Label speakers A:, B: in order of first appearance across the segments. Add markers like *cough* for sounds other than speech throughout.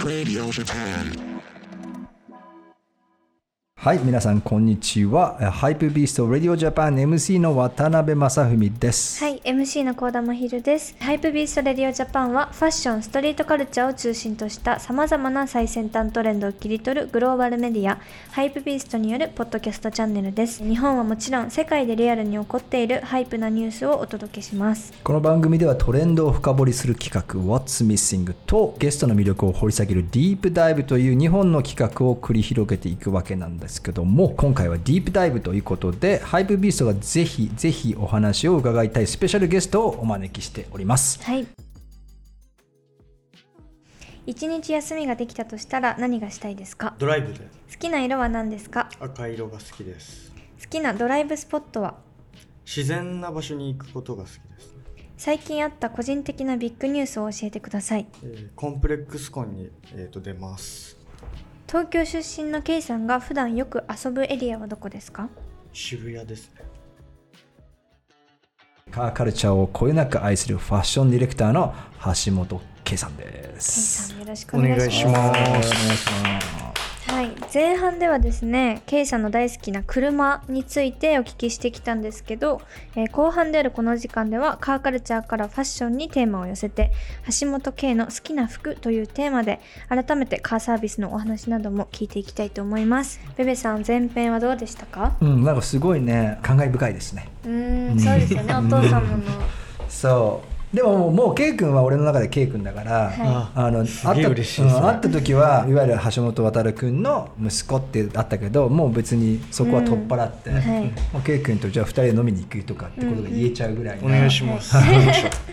A: Radio Japan.
B: はい、皆さん、こんにちは。ハイプビースト、ラディオジャパン MC の渡辺正文です。
C: はい、MC の幸田真昼です。ハイプビーストレディオジャパンはファッション、ストリートカルチャーを中心とした様々な最先端トレンドを切り取るグローバルメディア、ハイプビーストによるポッドキャストチャンネルです。日本はもちろん世界でリアルに起こっているハイプなニュースをお届けします。
B: この番組ではトレンドを深掘りする企画、What's Missing とゲストの魅力を掘り下げるディープダイブという2本の企画を繰り広げていくわけなんですけども、今回はディープダイブということで、ハイプビーストがぜひぜひお話を伺いたいスペシャルゲストをお招きしております。
C: はい。一日休みができたとしたら何がしたいですか
D: ドライブで
C: 好きな色は何ですか
D: 赤色が好きです
C: 好きなドライブスポットは
D: 自然な場所に行くことが好きです、ね
C: 最近あった個人的なビッグニュースを教えてください。
D: えーコンプレックスコンに、えー、と出ます
C: 東京出身の K さんが普段よく遊ぶエリアはどこですか
D: 渋谷ですね
B: カーカルチャーをこよなく愛するファッションディレクターの橋本圭さんで
C: K
B: す。
C: さんよろしくお願いします
D: お願いしま
B: お願いします。
C: はい、前半ではですね K さんの大好きな車についてお聞きしてきたんですけど、えー後半であるこの時間ではカーカルチャーからファッションにテーマを寄せて橋本 K の好きな服というテーマで改めてカーサービスのお話なども聞いていきたいと思いますベベさん前編はどうでしたか
B: うん、なんかすごいね、感慨深いですね。
C: うーんそうですよねお父様の
B: そう。でももう K 君は俺の中で K 君だから、
C: は
B: あの
D: すげえ
B: 会った
D: 嬉しいですね
B: うん会った時はいわゆる橋本渉君の息子ってあったけどもう別にそこは取っ払って、
C: んはい
B: もう K 君とじゃあ2人で飲みに行くとかってことが言えちゃうぐらいの、
D: お願いします、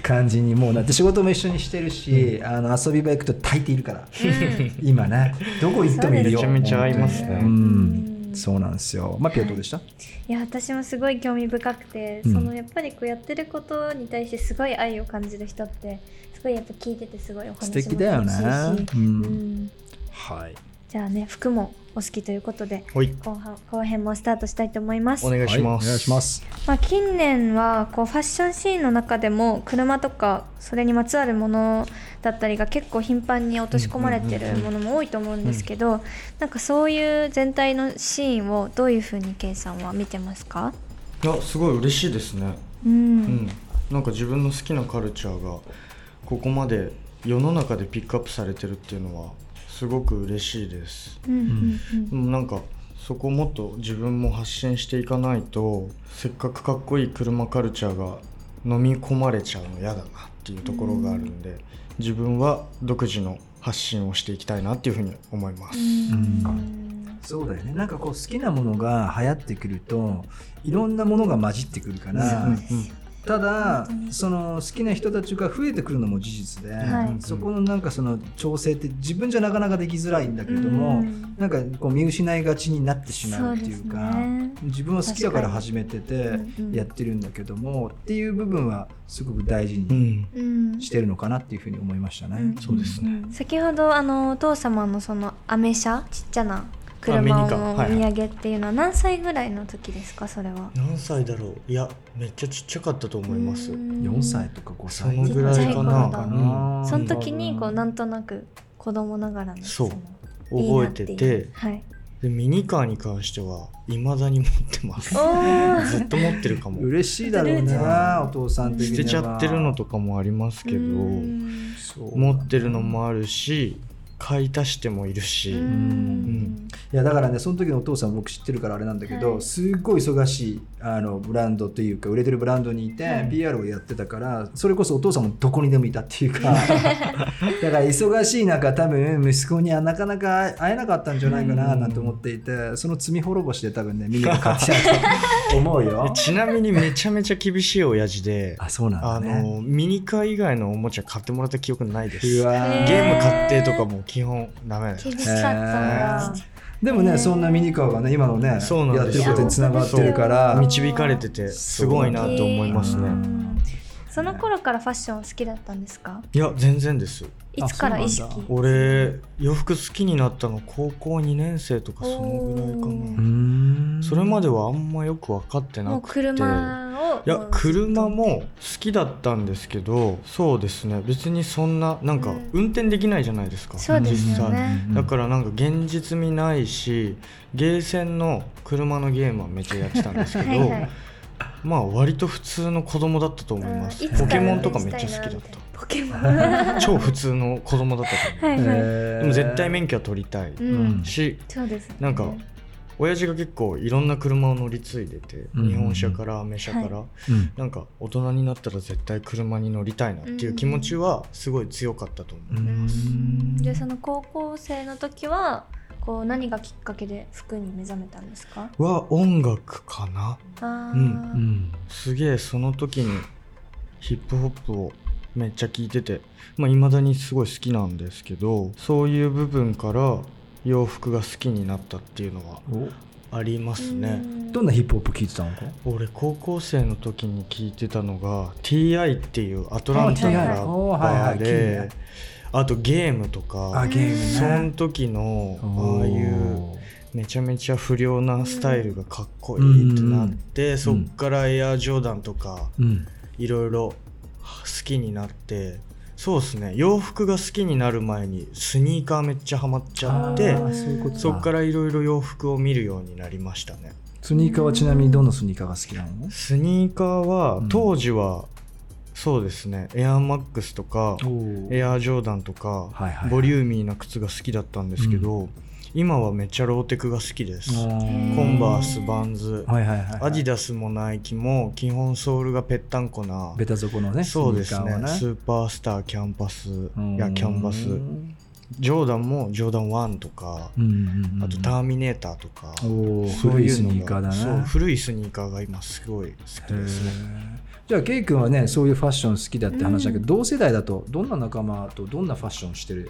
B: 感じにもうなって仕事も一緒にしてるし、あの遊び場行くと大抵いるから、今ねどこ行ってもいるよ
D: そうですねめちゃめちゃ合いますね
B: 本当にうんそうなんですよマピオどうでした、
C: いや私もすごい興味深くて、
B: うん
C: そのやっぱりこうやってることに対してすごい愛を感じる人ってすごいやっぱ聞いててすごいお話も
B: 素敵だよね
C: 楽しいし
B: うん
C: うん
B: はい
C: じゃあね服もお好きということで
D: はい
C: 後半後編もスタートしたいと思います
D: お願いします、
B: お願いします
C: まあ、近年はこうファッションシーンの中でも車とかそれにまつわるものだったりが結構頻繁に落とし込まれてるものも多いと思うんですけどなんかそういう全体のシーンをどういうふうに K さんは見てますか、
D: いやすごい嬉しいですね
C: う
D: うんんなんか自分の好きなカルチャーがここまで世の中でピックアップされてるっていうのはすごく嬉しいです
C: うんうんうん
D: うんなんかそこをもっと自分も発信していかないとせっかくかっこいい車カルチャーが飲み込まれちゃうの嫌だなっていうところがあるんで、自分は独自の発信をしていきたいなっていうふうに思います、
B: そうだよねなんかこう好きなものが流行ってくるといろんなものが混じってくるから、
D: うんうん
B: ただその好きな人たちが増えてくるのも事実で、
C: はい
B: そこのなんかその調整って自分じゃなかなかできづらいんだけども、
C: うん
B: なんかこう見失いがちになってしまうっていうか
C: そうですね
B: 自分は好きだから始めてて
C: うんうん
B: やってるんだけども、っていう部分はすごく大事
D: う
B: に
D: ん
C: うん
B: してるのかなっていうふうに思いましたね。
C: うん
D: そうですね
C: 先ほどあのお父様のそのアメ車ちっちゃな車
D: あミニカ
C: のお
D: は
C: 土
D: いはい
C: 産っていうのは何歳ぐらいの時ですかそれは
D: 何歳だろういやめっちゃちっちゃかったと思います
B: 4歳とか5
D: そ
B: 歳
D: のぐらいか
C: ち
D: な
C: っちゃい頃だ
B: な
C: その時にこうなんとなく子供ながらの
D: そう
C: の
D: 覚えて
C: いいな
D: て
C: っていうはい
D: でミニカーに関しては未だに持って
C: *laughs*
D: ます
C: おー
D: ずっと持ってるかも
B: 嬉しいだろうなお父さん的に
D: 捨
B: は
D: てちゃってるのとかもありますけど、
C: うん
B: そう
D: 持ってるのもあるし買い足してもいるし、。
C: うん
B: いやだからねその時のお父さん僕知ってるからあれなんだけど、
C: はい
B: すっごい忙しいあのブランドというか売れてるブランドにいて、
C: はい
B: PR をやってたからそれこそお父さんもどこにでもいたっていうかだ *laughs* から忙しい中多分息子にはなかなか会えなかったんじゃないかななんて思っていて、その罪滅ぼしで多分ねみんなが買っちゃうと思うよ
D: ちなみにめちゃめちゃ厳しい親父で
B: あそうなんだ
D: *laughs* あ
B: ね。
D: のミニカー以外のおもちゃ買ってもらった記憶ないです
B: う
D: ゲ
B: わ
C: へ
B: ー
D: ーム買ってとかも基本ダメです
C: 厳しかったんだ
B: でもね、そんなミニカーがね今のね
D: そうな
B: や
D: ん
B: っ
D: で
B: て
D: す
B: る
D: よ
B: ことにつながってるから
C: そう
D: 導かれててすごいなと思います
C: う
D: ね
C: んその頃からファッション好きだったんですか
D: いや全然です
C: いつから意
B: あ
C: 識
B: そうなん
D: 俺洋服好きになったの高校2年生とかそのぐらいか
C: お
B: う
D: な
B: ーん
D: それまではあんまよく分かって
C: も
D: な
C: う
D: くて
C: 車を
D: いや
C: もう
D: 車も好きだったんですけどそうですね別にそんななんか
C: うん
D: 運転できないじゃないですか、
C: そうですよね
D: だからなんか現実味ないしゲーセンの車のゲームはめっちゃやってたんですけど
C: はいはい
D: まあ割と普通の子供だったと思います、
C: うんいつ
D: ポ
C: か
D: ケモ
C: 運
D: ンと
C: 転
D: か
C: し
D: めっち
C: た
D: ゃ
C: い
D: 好
C: な
D: きだ
C: みい
D: ったた
C: なポケモンは
D: 超普通の子供だったと思う、
C: いはい
D: でも絶対免許は取りたい、
C: うん
D: し
C: そうですね
D: なんか親父が結構いろんな車を乗り継いでて、
B: うん
D: 日本車からアメ車から、
C: は
B: うん
D: なんか大人になったら絶対車に乗りたいなっていう気持ちはすごい強かったと思う、
B: う
C: うんんでその高校生の時はこう何がきっかけで服に目覚めたんですか
D: は音楽かな
C: あー
D: うん
B: うん
D: すげえその時にヒップホップをめっちゃ聴いててまあ、未だにすごい好きなんですけどそういう部分から洋服が好きになったっていうのはありますね、
C: うん
B: どんなヒップホップ聴いてたのか
D: 俺高校生の時に聴いてたのが TI っていうアトランタのラッパ
B: あ TI
D: ー
B: はいはい
D: であとゲームと
B: あ
D: か
B: ゲーム
D: その
B: ね
D: 時のああいうめちゃめちゃ不良なスタイルがかっこいいってなってそっからエアジョーダンとか
B: うん
D: いろいろ好きになってそうですね洋服が好きになる前にスニーカーめっちゃハマっちゃって
B: あーそういうことだ
D: そっからいろいろ洋服を見るようになりましたね
B: スニーカーはちなみにどのスニーカーが好きなの
D: スニーカーは
B: うん
D: 当時はそうですねエアマックスとかエアジョーダンとか
B: はいはい
D: ボリューミーな靴が好きだったんですけど今はめっちゃローテクが好きです
B: コ
D: コン
B: ン
D: バースバンズ
B: はいはいはい
D: アディダスもナイキも基本ソールがぺったんこな
B: ベタ底のね
D: そうですね
B: ス
D: ス
B: ニー
D: ーパースターキャンパス
B: カーはね
D: いやキャンバス
B: うん
D: ジョーダンもジョーダン1とか
B: うんうんうん
D: あとターミネーターとか
B: おー
D: そう
B: 古いス
D: いうのが
B: ニーカーだ
D: そう
B: な
D: 古いスニーカーが今すごい好きですね
B: じゃあケイ君はねそういうファッション好きだって話だけど、
C: うん
B: 同世代だとどんな仲間とどんなファッションしてる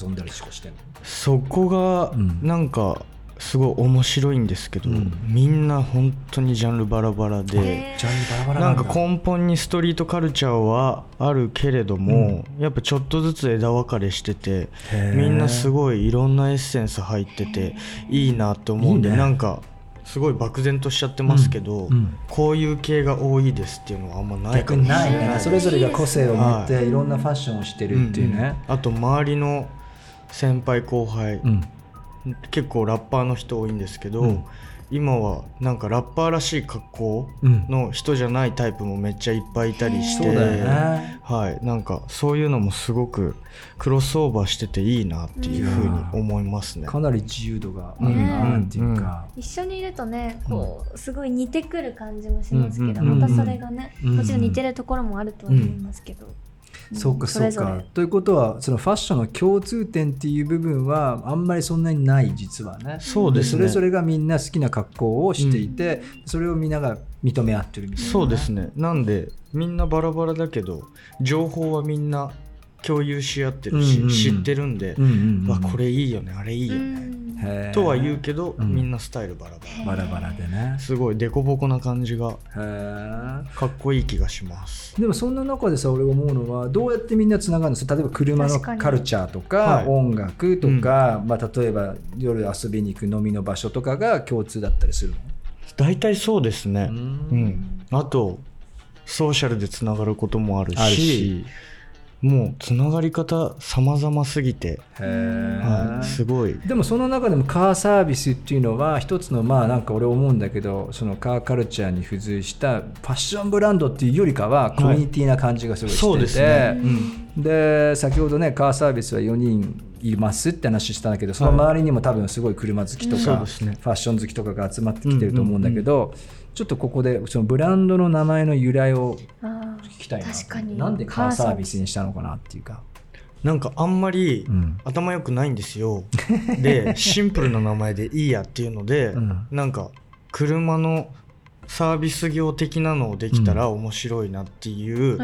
B: 遊んだりとかしてんの
D: そこが
B: うん
D: なんかすごい面白いんですけど
B: うん
D: みんな本当にジャンルバラバラで
C: へー
B: ジャンルバラバラ
D: な
B: だ
D: んか根本にストリートカルチャーはあるけれども、やっぱちょっとずつ枝分かれしてて
B: へー
D: みんなすごいいろんなエッセンス入ってていいなと思うんで
B: いいね
D: なんかすごい漠然としちゃってますけど、
B: うんうん
D: こういう系が多いですっていうのはあんまない
B: 逆
D: かも
B: に
D: しれな
B: ない
D: い
B: ね、それぞれが個性を持って、、
D: はい
B: ろんなファッションをして
D: うん
B: るっていうね、
D: うんあと周りの先輩後輩、
B: うん
D: 結構ラッパーの人多いんですけど、
B: うん
D: 今はなんかラッパーらしい格好
B: うん
D: の人じゃないタイプもめっちゃいっぱいいたりして、
B: そうだよね
D: はい、なんかそういうのもすごくクロスオーバーしてていいなっていうふうに思いますね。
B: かなり自由度があるなっていうか、
C: 一緒にいるとねこうすごい似てくる感じもしますけど、
B: うん
C: またそれがね、
B: うん
C: もちろん似てるところもあるとは思いますけど、ん
B: そうか
C: そ
B: そう
C: れぞ
B: か
C: れ
B: ということはそのファッションの共通点っていう部分はあんまりそんなにない実はね
D: そうです
B: そ
D: ね。
B: れぞれがみんな好きな格好をしていて、それをみんなが認め合ってるみたいな
D: そうですね。なんでみんなバラバラだけど情報はみんな共有し合ってるし、
B: うんうん
D: 知ってるんで、
B: うんうんうん
D: わこれいいよねあれいいよ
C: う
D: ね、
C: ん
B: へー
D: とは言うけど、
B: うん
D: みんなスタイルバラバ
C: へ
B: バラバラでね
D: ラ。すごいデコボコな感じが
B: へー
D: かっこいい気がします。
B: でもそんな中でさ俺思うのはどうやってみんなつながるのそれ例えば車の
C: 確かに
B: カルチャーとか
D: はい
B: 音楽とか、まあ、例えば夜遊びに行く飲みの場所とかが共通だったりするの
D: 大体そうですね。
B: うん
D: うん、あとソーシャルでつながることもあるし
B: あるし
D: もうつながり方様々すぎて、
B: へー
D: はい、すごい
B: でもその中でもカーサービスっていうのは一つのまあなんか俺思うんだけどそのカーカルチャーに付随したファッションブランドっていうよりかはコミュニティな感じがすごいしてて、
D: そうですね、
B: で先ほどねカーサービスは4人いますって話したんだけどその周りにも多分すごい車好きと
D: そう
B: か、
D: で
B: フ
D: すね
B: ァッション好きとかが集まってきてると思うんだけど、ちょっとここでそのブランドの名前の由来を
C: あー
B: 聞きたいな
C: 確かに
B: なんでカーサービスにしたのかなっていうか、
D: なんかあんまり
B: うん
D: 頭良くないんです
B: *laughs*
D: よでシンプルな名前でいいやっていうので、
B: うん
D: なんか車のサービス業的なのをできたら面白いなっていう、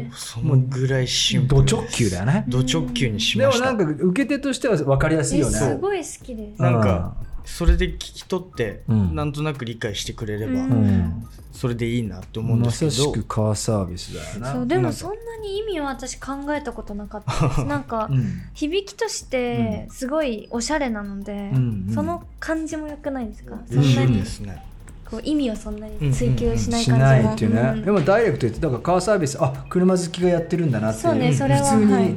D: もうそのぐらいシンプ
B: ド
D: ル
B: 直球だよね
D: ド直球にし
B: で
D: ま
B: も
D: した
B: なんか受け手としては分かりやすいよね
C: すごい好きです。
D: なんかそれで聞き取って、
B: うん
D: なんとなく理解してくれれば、
C: う
B: うんん
D: それでいいなって思うん
B: ま
D: です
B: さ
D: け
B: し
D: ど
B: くカーサービスだよな
C: そうで
D: な
C: も
D: んか
C: そんなに意味は私考えたことなかっ
B: *laughs*
C: たです。なんか
B: うん
C: 響きとしてすごいおしゃれなので、
B: うんうん
C: その感じも良くないです
B: う
C: か、
B: ん
C: そんな
D: 嬉しい
C: に
D: ですね、
C: こう意味をそんなに追求しない
B: しない
C: 感
B: って
C: じ
B: いう
C: も
B: ね、
C: うん
B: でもダイレクト言ってだからカーサービスあ車好きがやってるんだなっていう
C: そうねそれは
B: 普通に、
C: はい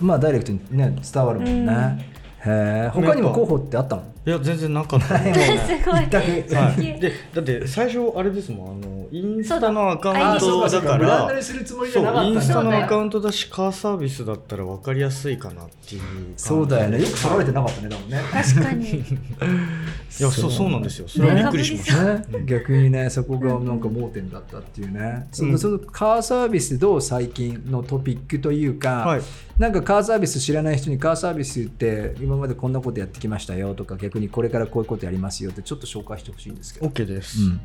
B: まあダイレクトにね伝わるもん
C: うん
B: ね、へえ他にも候補ってあったの
D: いや全然なかった
B: ないもんね
C: *laughs* すごい
B: 一択 *laughs*
D: はい、でだって最初あれですもんあのインスタのアカウン
C: そう
D: ト
C: だ
D: だか
B: ブランド
D: ら
B: にするつもりじゃな
D: そう
B: か
D: イン
B: っ
D: ス
B: た
D: タ
B: ん
D: の
B: だ
D: アカウントだしカーサービスだったら分かりやすいかなっていう感じ
B: そうだよねよく取られてなかったねでもね
C: 確かに
D: いやそうそうなんですよそれはびっくりしました
B: ね、逆にねそこがなんか盲点だったっていうね、そのそのカーサービスどう最近のトピックというか、
D: はい
B: なんかカーサービス知らない人にカーサービスって今までこんなことやってきましたよとか逆にこれからこういうことやりますよってちょっと紹介してほしいんですけど、
D: OK です、
B: うん、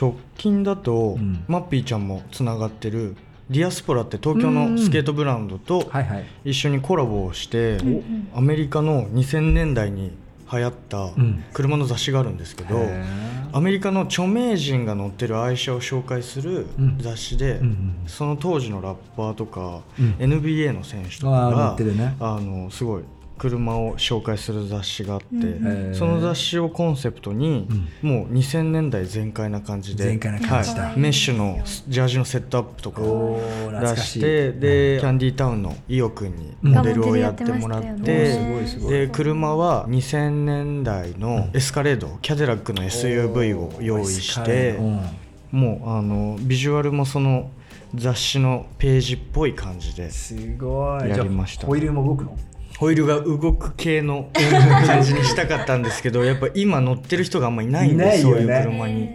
D: 直近だと、
B: うん
D: マッピーちゃんもつながってるディアスポラって東京のスケートブランドと
B: はいはい、
D: 一緒にコラボをして、
C: うんうん
D: アメリカの2000年代に流行った
B: ん
D: 車の雑誌があるんですけど、
B: へー
D: アメリカの著名人が乗ってる愛車を紹介する
B: うん
D: 雑誌で、
B: うんうん
D: その当時のラッパーとか、
B: うん
D: NBA の選手とか
B: ああ乗
D: が
B: ってるね
D: あのすごい車を紹介する雑誌があって、
C: うん
B: へー
D: その雑誌をコンセプトに、もう2000年代全開な感じで
B: 全開な感じだ
D: はいメッシュのジャージのセットアップとか
B: お
D: を
B: ー懐
D: 出
B: かし
D: し
B: い
D: てでキャンディータウンの伊代君に
B: うん
D: モデルをやってもらっ
C: モデルやってました
D: て
C: よねおーすごいすごい
D: で車は2000年代のエスカレードキャデラックの SUV を用意して
B: うん
D: もうあのビジュアルもその雑誌のページっぽい感じです
B: ごい
D: やりました
B: じゃあホイールも動くの
D: ホイールが動く系の感じにしたかったんですけどやっぱ今乗ってる人があんまいない
B: い
D: んで
B: ないよ
D: そう
B: ね
D: いう車に。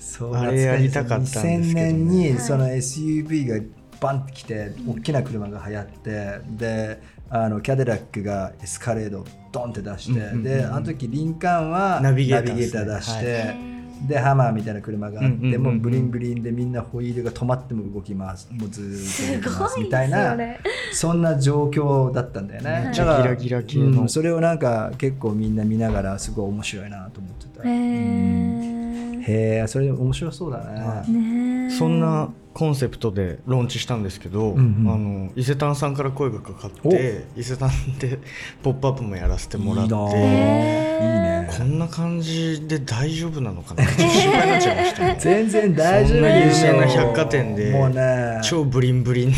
B: そう
D: あれやりたかったんですけどね
B: 2000年にその SUV がバンってきて大きな車が流行ってであのキャデラックがエスカレードをドンって出して、
D: うんうんうん
B: であの時リンカーンは
D: ナビゲーター
B: ナビゲーター出して、
D: で
B: でハマーみたいな車があって、
D: うんうんうんうん
B: もうブリンブリンでみんなホイールが止まっても動きますもうずーっと動きます
C: すごい
B: みたいな
C: それ
B: そんな状況だったんだよね
D: めっ
B: だ
D: ちゃ
B: から
D: ギラギラ系の
B: うんそれをなんか結構みんな見ながらすごい面白いなと思ってた、
C: へえ
B: へえそれ面白そうだね、
D: はい
C: ねえ
D: そんなコンセプトでローンチしたんですけど、
B: うんうん
D: あの伊勢丹さんから声がかかって伊勢丹で *laughs* 「ポップアップもやらせてもらって
B: いいなあ
C: へー
B: いいね
D: こんな感じで大丈夫なのかなってちょっと心配になっちゃいました
B: *laughs*
D: ね
B: 全然大丈夫
D: そんな
B: で
D: 有
B: しょ
D: 名な百貨店で
B: もうね
D: 超ブリンブリンな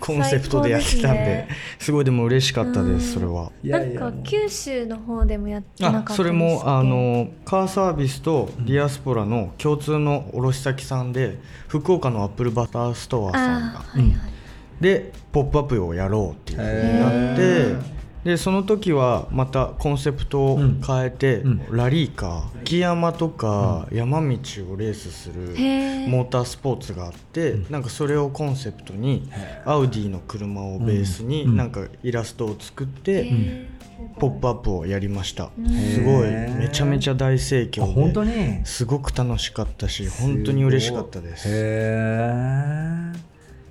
D: コンセプトでやってたんです
C: ね
D: すごいでも嬉しかったですそうれ
C: ん
D: は。
B: い
C: な
B: や
C: ん
B: いや
C: か九州の方でもやってなか
D: あ
C: ったです
D: それもあのカーサービスとディアスポラの共通の卸先さんで福岡のアップルバターストアさんが
C: あーはいはい
D: で「ポップアップをやろうっていうふうになっ
B: へ
D: てでその時はまたコンセプトを変えて、
B: うん
D: ラリーカー雪山とか山道をレースする
C: へー
D: モータースポーツがあってなんかそれをコンセプトにアウディの車をベース
B: う
D: に
B: ん
D: なんかイラストを作っ
C: へ
D: て
C: ー
D: 「ポップアップをやりました
C: うん
D: すごい
B: へー
D: めちゃめちゃ大盛
B: あ本当
D: 況で
B: に
D: すごく楽しかったし本当に嬉しかったです
B: ごいへえ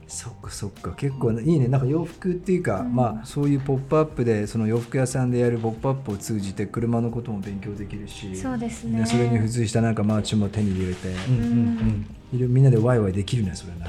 B: そっかそっか結構ねいいねなんか洋服っていうか、
C: うん
B: まあそういうポップアップでその洋服屋さんでやるポップアップを通じて車のことも勉強できるし
C: そうですね
B: それに付随したなんかマーチも手に入れて、
D: うんうんうん
B: いろいろみんなでワイワイできるねそれね、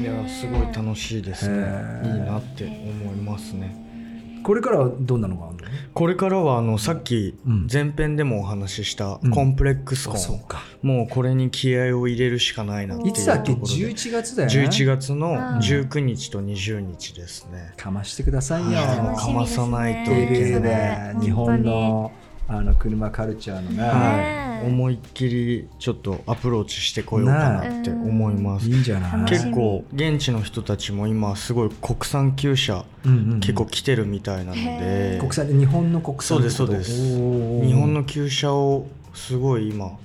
D: いやすごい楽しいですね
B: へ
D: いい
B: ー
D: なって思いますね
B: これからはどんなのがあるの
D: これからはあのさっき
B: うん
D: 前編でもお話しした
B: うん
D: コンプレックス
B: あ
D: 婚、
B: そうか
D: もうこれに気合を入れるしかないなっていう
B: い
D: と
B: つ
D: こ
B: だ
D: ろ
B: っ
D: で
B: け11月だよね
D: 11月の
C: うん
D: 19日と20日ですね
B: かましてくださいよ、
D: はい
C: 楽し
D: か
C: み
D: ま
C: ですね
D: さないといけ
B: LA
D: な
B: で
C: ね
B: 日本のあの車カルチャーのね、
D: は
C: ね
D: い、思いっきりちょっとアプローチしてこようかなって思います
B: い、いんじゃない
C: 楽しみ
D: 結構現地の人たちも今すごい国産旧車
B: うんうんうん
D: 結構来てるみたいなの
C: へ
D: で
B: 国産で日本の国産ってこと
D: そうですそうです
B: おー
D: 日本の旧車をすごい今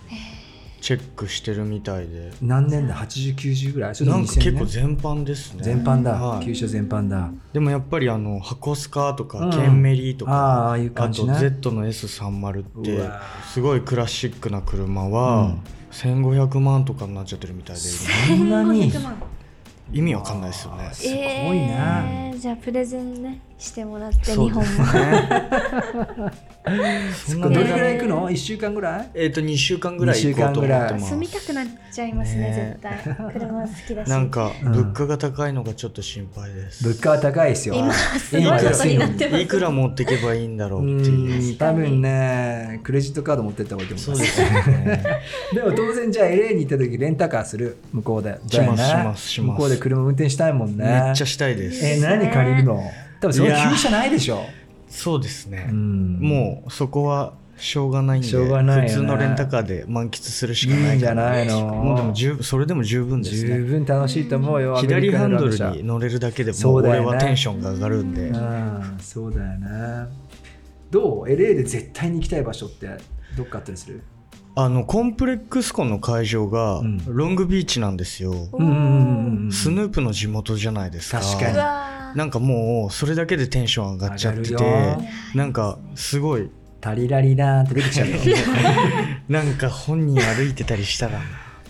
D: チェックしてるみたいで
B: 何年だ8090ぐらいそれと
D: な
B: も
D: んか結構
B: 2000年
D: 全般ですね
B: 全般だ
D: はい
B: 旧車全般だ
D: でもやっぱりあの箱スカと
B: うん
D: かケンメリ
B: あ
D: と
B: あ
D: か
B: ああいう感
D: あ
B: じ
D: と
B: ね
D: Z の S30 って
B: うわ
D: すごいクラシックな車
B: う
D: は
B: ん
D: 1500万とかになっちゃってるみたいで今
B: そんなに
C: 1500万
D: 意味わかんないですよね
B: あーすごいね
C: えーじゃあプレゼンねしてもらって日
D: そう
C: 本
D: で
C: も
D: すね
B: そんな
C: すごい
B: どれぐらい行くの1週間ぐらい
D: えっと2週間ぐらい行こうと思ってます
C: 住みたくなっちゃいますね
D: ね
C: 絶対車好きだし
D: なんか
B: うん
D: 物価が高いのがちょっと心配です、
B: 物価は高いですよ
C: 今すごい
B: 今
C: こ
B: 安
C: とになってます
D: いくら持ってけばいいんだろ
B: う
D: うっていう、
B: ん多分ねクレジットカード持ってった方がいいと
D: そ
B: 思い
D: うで
B: ます
D: すよね
B: *laughs* でも当然じゃあ LA に行った時レンタカーする向こうで
D: します
B: だよね
D: しますしま
B: 向
D: す
B: こうで車運転したいもんね
D: めっちゃしたいです、
B: えー何借りるの多分その
D: いやー
B: 急車ないでしょ
D: そうですね、
B: ん
D: もうそこはしょうがないんで
B: しょうがないよね
D: 普通のレンタカーで満喫するし
B: い
D: かないい
B: んじゃ
D: から
B: ないの
D: もうでも十分それでも十分です
B: 十
D: ね
B: 分楽しいと思うよ
D: 左ハンドル
B: アメ
D: に
B: リカ
D: 乗れるだけでも
B: そうだよ
D: 俺
B: ね
D: はテンションが上がるんで、
B: のランドじゃうんそうだよねどう LA で絶対に行きたい場所ってどっかあったりする
D: あのコンプレックスコンの会場が
B: うん
D: ロングビーチなんですよ、
C: お
D: スヌープの地元じゃないですか
B: 確かに
C: うわー
D: なんかもうそれだけでテンション上がっちゃって
B: 上が
D: て
B: るよ
D: なんかすごい
B: タリラリラーンって出てきちゃうよ
D: *laughs* なんか本人歩いてたりしたら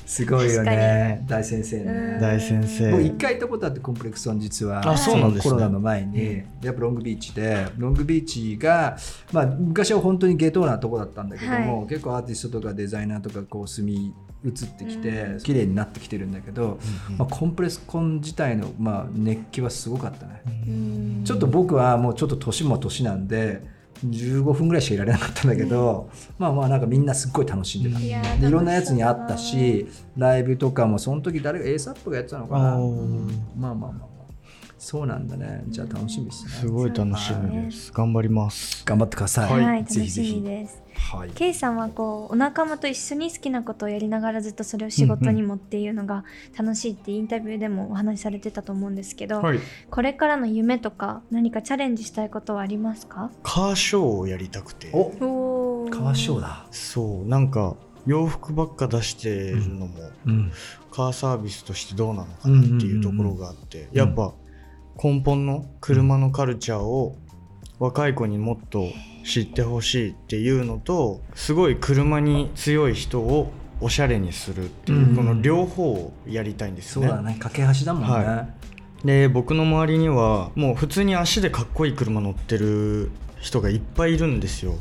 B: すごいよね大先生
C: うん
B: ね
D: 大先生
B: 僕一回行ったことあってコンプレックスの実は
D: あそうなんですね
B: コロナの前にやっぱロングビーチでロングビーチが、まあ、昔は本当に下等なとこだったんだけども、結構アーティストとかデザイナーとかこう住み移ってきて、
C: う
B: 綺麗になってきてるんだけど、まあ、コンプレックスコン自体の、まあ、熱気はすごかったね、
C: うん
B: ちょっと僕はもうちょっと年も年なんで15分ぐらいしかいられなかったんだけど、まあまあなんかみんなすっごい楽しんでた、
D: うん
C: いやー
B: でいろんなやつにあったしライブとかもその時誰が ASAP がやってたのかな
D: おー
B: まあまあまあまあそうなんだねじゃあ楽しみですね
D: すごい楽しみです頑張ります
B: 頑張ってください、
C: はい、楽
B: ぜひぜ
C: しみ
B: ひ
C: です。
B: はい
C: ケイさんはこうお仲間と一緒に好きなことをやりながらずっとそれを仕事にもっていうのが楽しいってインタビューでもお話しされてたと思うんですけど、
D: い
C: これからの夢とか何かチャレンジしたいことはありますか？
D: カーショーをやりたくて
B: お
C: おお。
B: カワショーだ
D: そうなんか洋服ばっか出してるのも、
B: うん
D: カーサービスとしてどうなのかなっていうところがあって、やっぱ根本の車のカルチャーを若い子にもっと知ってほしいっていうのとすごい車に強い人をおしゃれにするっていう、
B: うん
D: この両方をやりたいんです
B: そ
D: よ
B: うだ
D: ね。
B: ね架け橋だもんね、
D: はで僕の周りにはもう普通に足でかっこいい車乗ってる人がいっぱいいるんですよ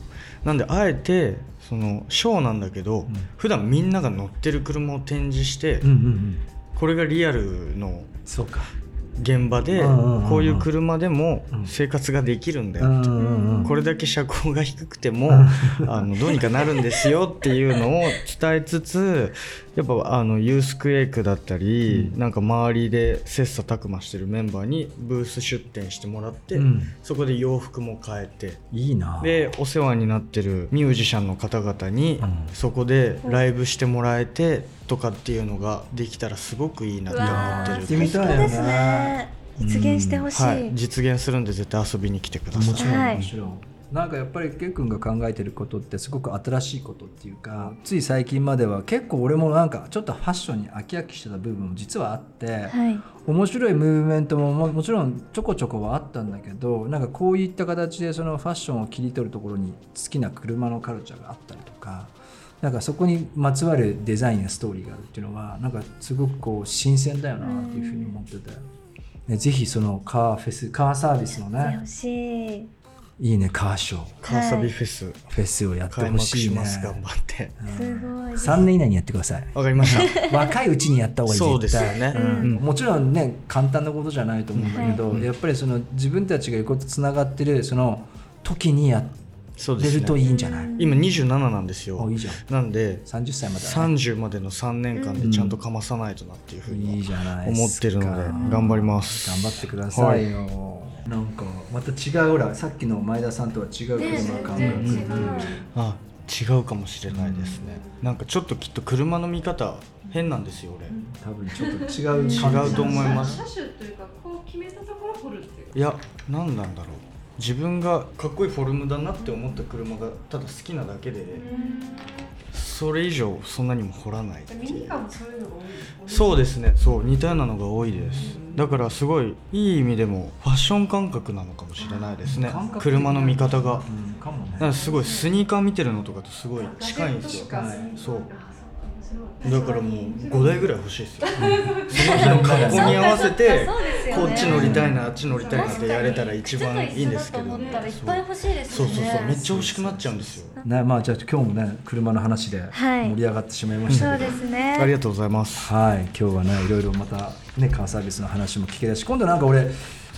D: なんであえてそのショーなんだけど、
B: ん
D: 普段みんなが乗ってる車を展示して、
B: うんうんうん
D: これがリアルの
B: そうか
D: 現場で
B: うんうんうんうん
D: こういう車でも
B: うん
D: 生活ができるんだ
B: う
D: よ
B: んうんうん
D: これだけ車高が低くても
B: う
D: *laughs* あのどうにかなるんですよっていうのを伝えつつやっぱあのユースクエイクだったり
B: うん
D: なんか周りで切磋琢磨してるメンバーにブース出店してもらって
B: うん
D: そこで洋服も変えて
B: いいな
D: でお世話になってるミュージシャンの方々に
B: うん
D: そこでライブしてもらえてとかっていうのができたらすごくいいなって思って
B: や
D: る
B: ってみたいよね
C: うわー最高ですね。実現してほしい。
D: はい、実現するんで絶対遊びに来てください
B: もちろん、
C: はい
B: もちろんなんかやっぱりケイ君が考えてることってすごく新しいことっていうかつい最近までは結構俺もなんかちょっとファッションに飽き飽きしてた部分も実はあって、
C: はい。
B: 面白いムーブメントもももちろんちょこちょこはあったんだけどなんかこういった形でそのファッションを切り取るところに好きな車のカルチャーがあったりとかなんかそこにまつわるデザインやストーリーがあるっていうのはなんかすごくこう新鮮だよなっていうふうに思ってて、ね、ぜひそのカーフェスカーサービスの
C: して
B: ね
C: ほしい。
B: いいねカーショー
D: カーサビフェス
B: フェスをやって
D: 開
B: ほ
D: 幕
B: しい
D: し
B: ね
D: ます、頑張って
C: すごいです。
B: 3年以内にやってください
D: わかりまし
B: *laughs*
D: た
B: 若いうちにやった方がいい
D: そうです
B: 絶
D: よ
B: 対
D: ね、
C: うん
D: うん
B: もちろんね簡単なことじゃないと思うんだけど、
D: はい
B: やっぱりその自分たちが横とつながってるその時にやっ
D: そうで
B: て
D: す
B: ると
D: ね
B: いいんじゃない、
C: うん
D: 今27なんですよ
B: あいいじゃん
D: なんで
B: 30歳までだね、
D: 30までの3年間でちゃんとかまさないとなっていうふう
B: いい
D: に
B: じゃない
D: 思ってるので頑張ります
B: 頑張ってくださいよ、なんかまた違うほらさっきの前田さんとは違う
C: ね
B: 車の感覚、
C: 全然違う。
D: あ違うかもしれないですねなんかちょっときっと車の見方変なんですよ俺
B: 多分ちょっと違う感
D: 違うと思います
A: 車種というかこう決めたところを掘るっていう
D: いや何なんだろう自分がかっこいいフォルムだなって思った車がただ好きなだけで、それ以上そんなにも掘らないって
A: ミ
D: い
A: ニ
D: う
A: カーもそういうのが多い多い
D: そうですねそう似たようなのが多いですだからすごいいい意味でもファッション感覚なのかもしれないですね
B: 感覚
D: 車の見方が
B: うんかも
D: なん
B: ね
D: かすごいスニーカー見てるのとかとすごい近いんですよ
A: ガジェットとか
B: 近い
D: そう
A: あそうかもし白
D: だ
A: い
D: からもう5台ぐらい欲しいですよその
B: *laughs*
D: 日
B: なん
D: の
B: か
D: 格好に合わせて
E: そうですよ
D: こ
E: ね
D: っち乗りたいなあっち乗りたいなってやれたら一番いいんですけど
E: 靴と一緒だと思ったらいっぱい欲しいです
D: そ
E: よ
D: う
E: ね
D: そうそうめっちゃ欲しくなっちゃうんですよ
B: ねまあ、じゃあ今日もね車の話で
C: はい
B: 盛り上がってしまいまし
C: そ
B: た
C: う
B: けど、
C: ですね。
D: ありがとうございます
B: はい、今日はねいろいろまたねカーサービスの話も聞けたし今度なんか俺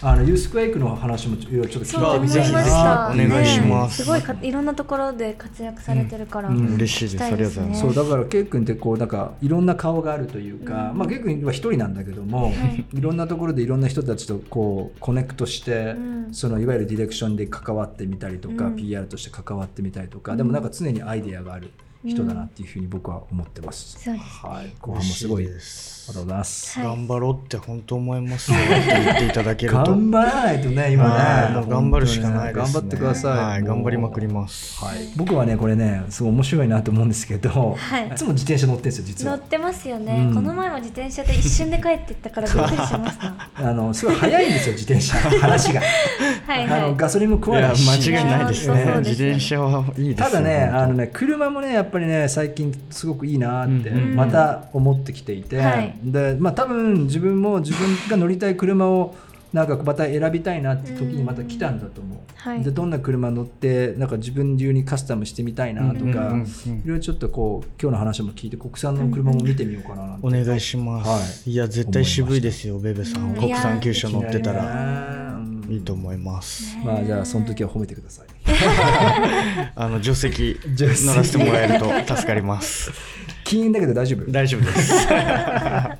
B: あのユースクエイクの話もちょっと
C: そ
B: 聞
C: う
B: い
C: 思
B: て
C: い
B: み
C: ま
B: たい
C: し
B: な
C: た。
D: お願いします
C: ねすごいかいろんなところで活躍されてるから、
B: うん
D: 嬉しいですありがとうございます
B: そうだからケイ君ってこうなんかいろんな顔があるというか、まあケイ君は一人なんだけども、い、ろんなところでいろんな人たちとこうコネクトして、
C: うん
B: そのいわゆるディレクションで関わってみたりとか、
C: うん
B: PR として関わってみたりとか、でもなんか常にアイデアがある人だなっていうふうに僕は思ってます。
C: そうですね
B: はい、後半もすごい。あり
D: 嬉し
B: が
D: す
B: とうございます。
C: はい
D: 頑張ろうって本当思いますよ *laughs* って言っていただけると
B: 頑張らないとね、今
D: はい
B: ね。
D: もう頑張るしかないです、ね、
B: 頑張ってください。
D: はい、頑張りまくり
B: も
D: ます
B: う。はい、僕はね、これね、すごい面白いなと思うんですけど、
C: はい
B: いつも自転車乗ってるんですよ、実
C: 乗
B: は
C: っ。てますよね、
B: うん
C: この前も自転車で一瞬で帰っていったからびっくりしま
D: *laughs*
C: したは
B: あのすごい早いん
C: *laughs*
B: ですよ、自転車、話が。
C: い
B: あ
C: は
B: の
C: い
B: ガソリンも
D: い
B: 食わな
D: や
B: いし
D: 間違いないです
C: いや
D: ね。
C: そう
D: 自
C: ですね
D: 転車はいいですよ。
B: ただね、あの
D: 本
B: ね車もね、やっぱりね、最近すごくいいなって、
D: うん
C: うん
B: また思ってきていて、
C: はい
B: で、まあ多分自分も自分が乗りたい車を、なんかまた選びたいなって時にまた来たんだと思う。
C: はい
B: で、どんな車乗って、なんか自分流にカスタムしてみたいなと
D: 当うん
B: か、
D: うんうん
B: いろいろちょっとこう今日の話も聞いて国産の車も見てみようかななんて、
D: お願いします。
B: はい
D: い、や絶対渋いですよベベさ。
C: うんん
D: 国産旧車乗ってた
B: いや
D: ら
B: ーうん
D: いいと思います。
B: まあじゃあその時は褒めてください。
D: あの助手席
B: 助手席
D: 乗らせてもらえると助かります。
B: 禁煙だけ *laughs* ど大丈夫。
D: 大丈夫です。
B: は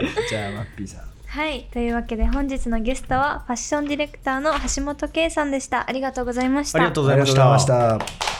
B: い。じゃあマッピーさん。
C: はいというわけで本日のゲストはファッションディレクターの橋本圭さんでしたありがとうございました
D: *laughs* ありがとうございまし
B: ありがとうご
D: た
B: ざいました。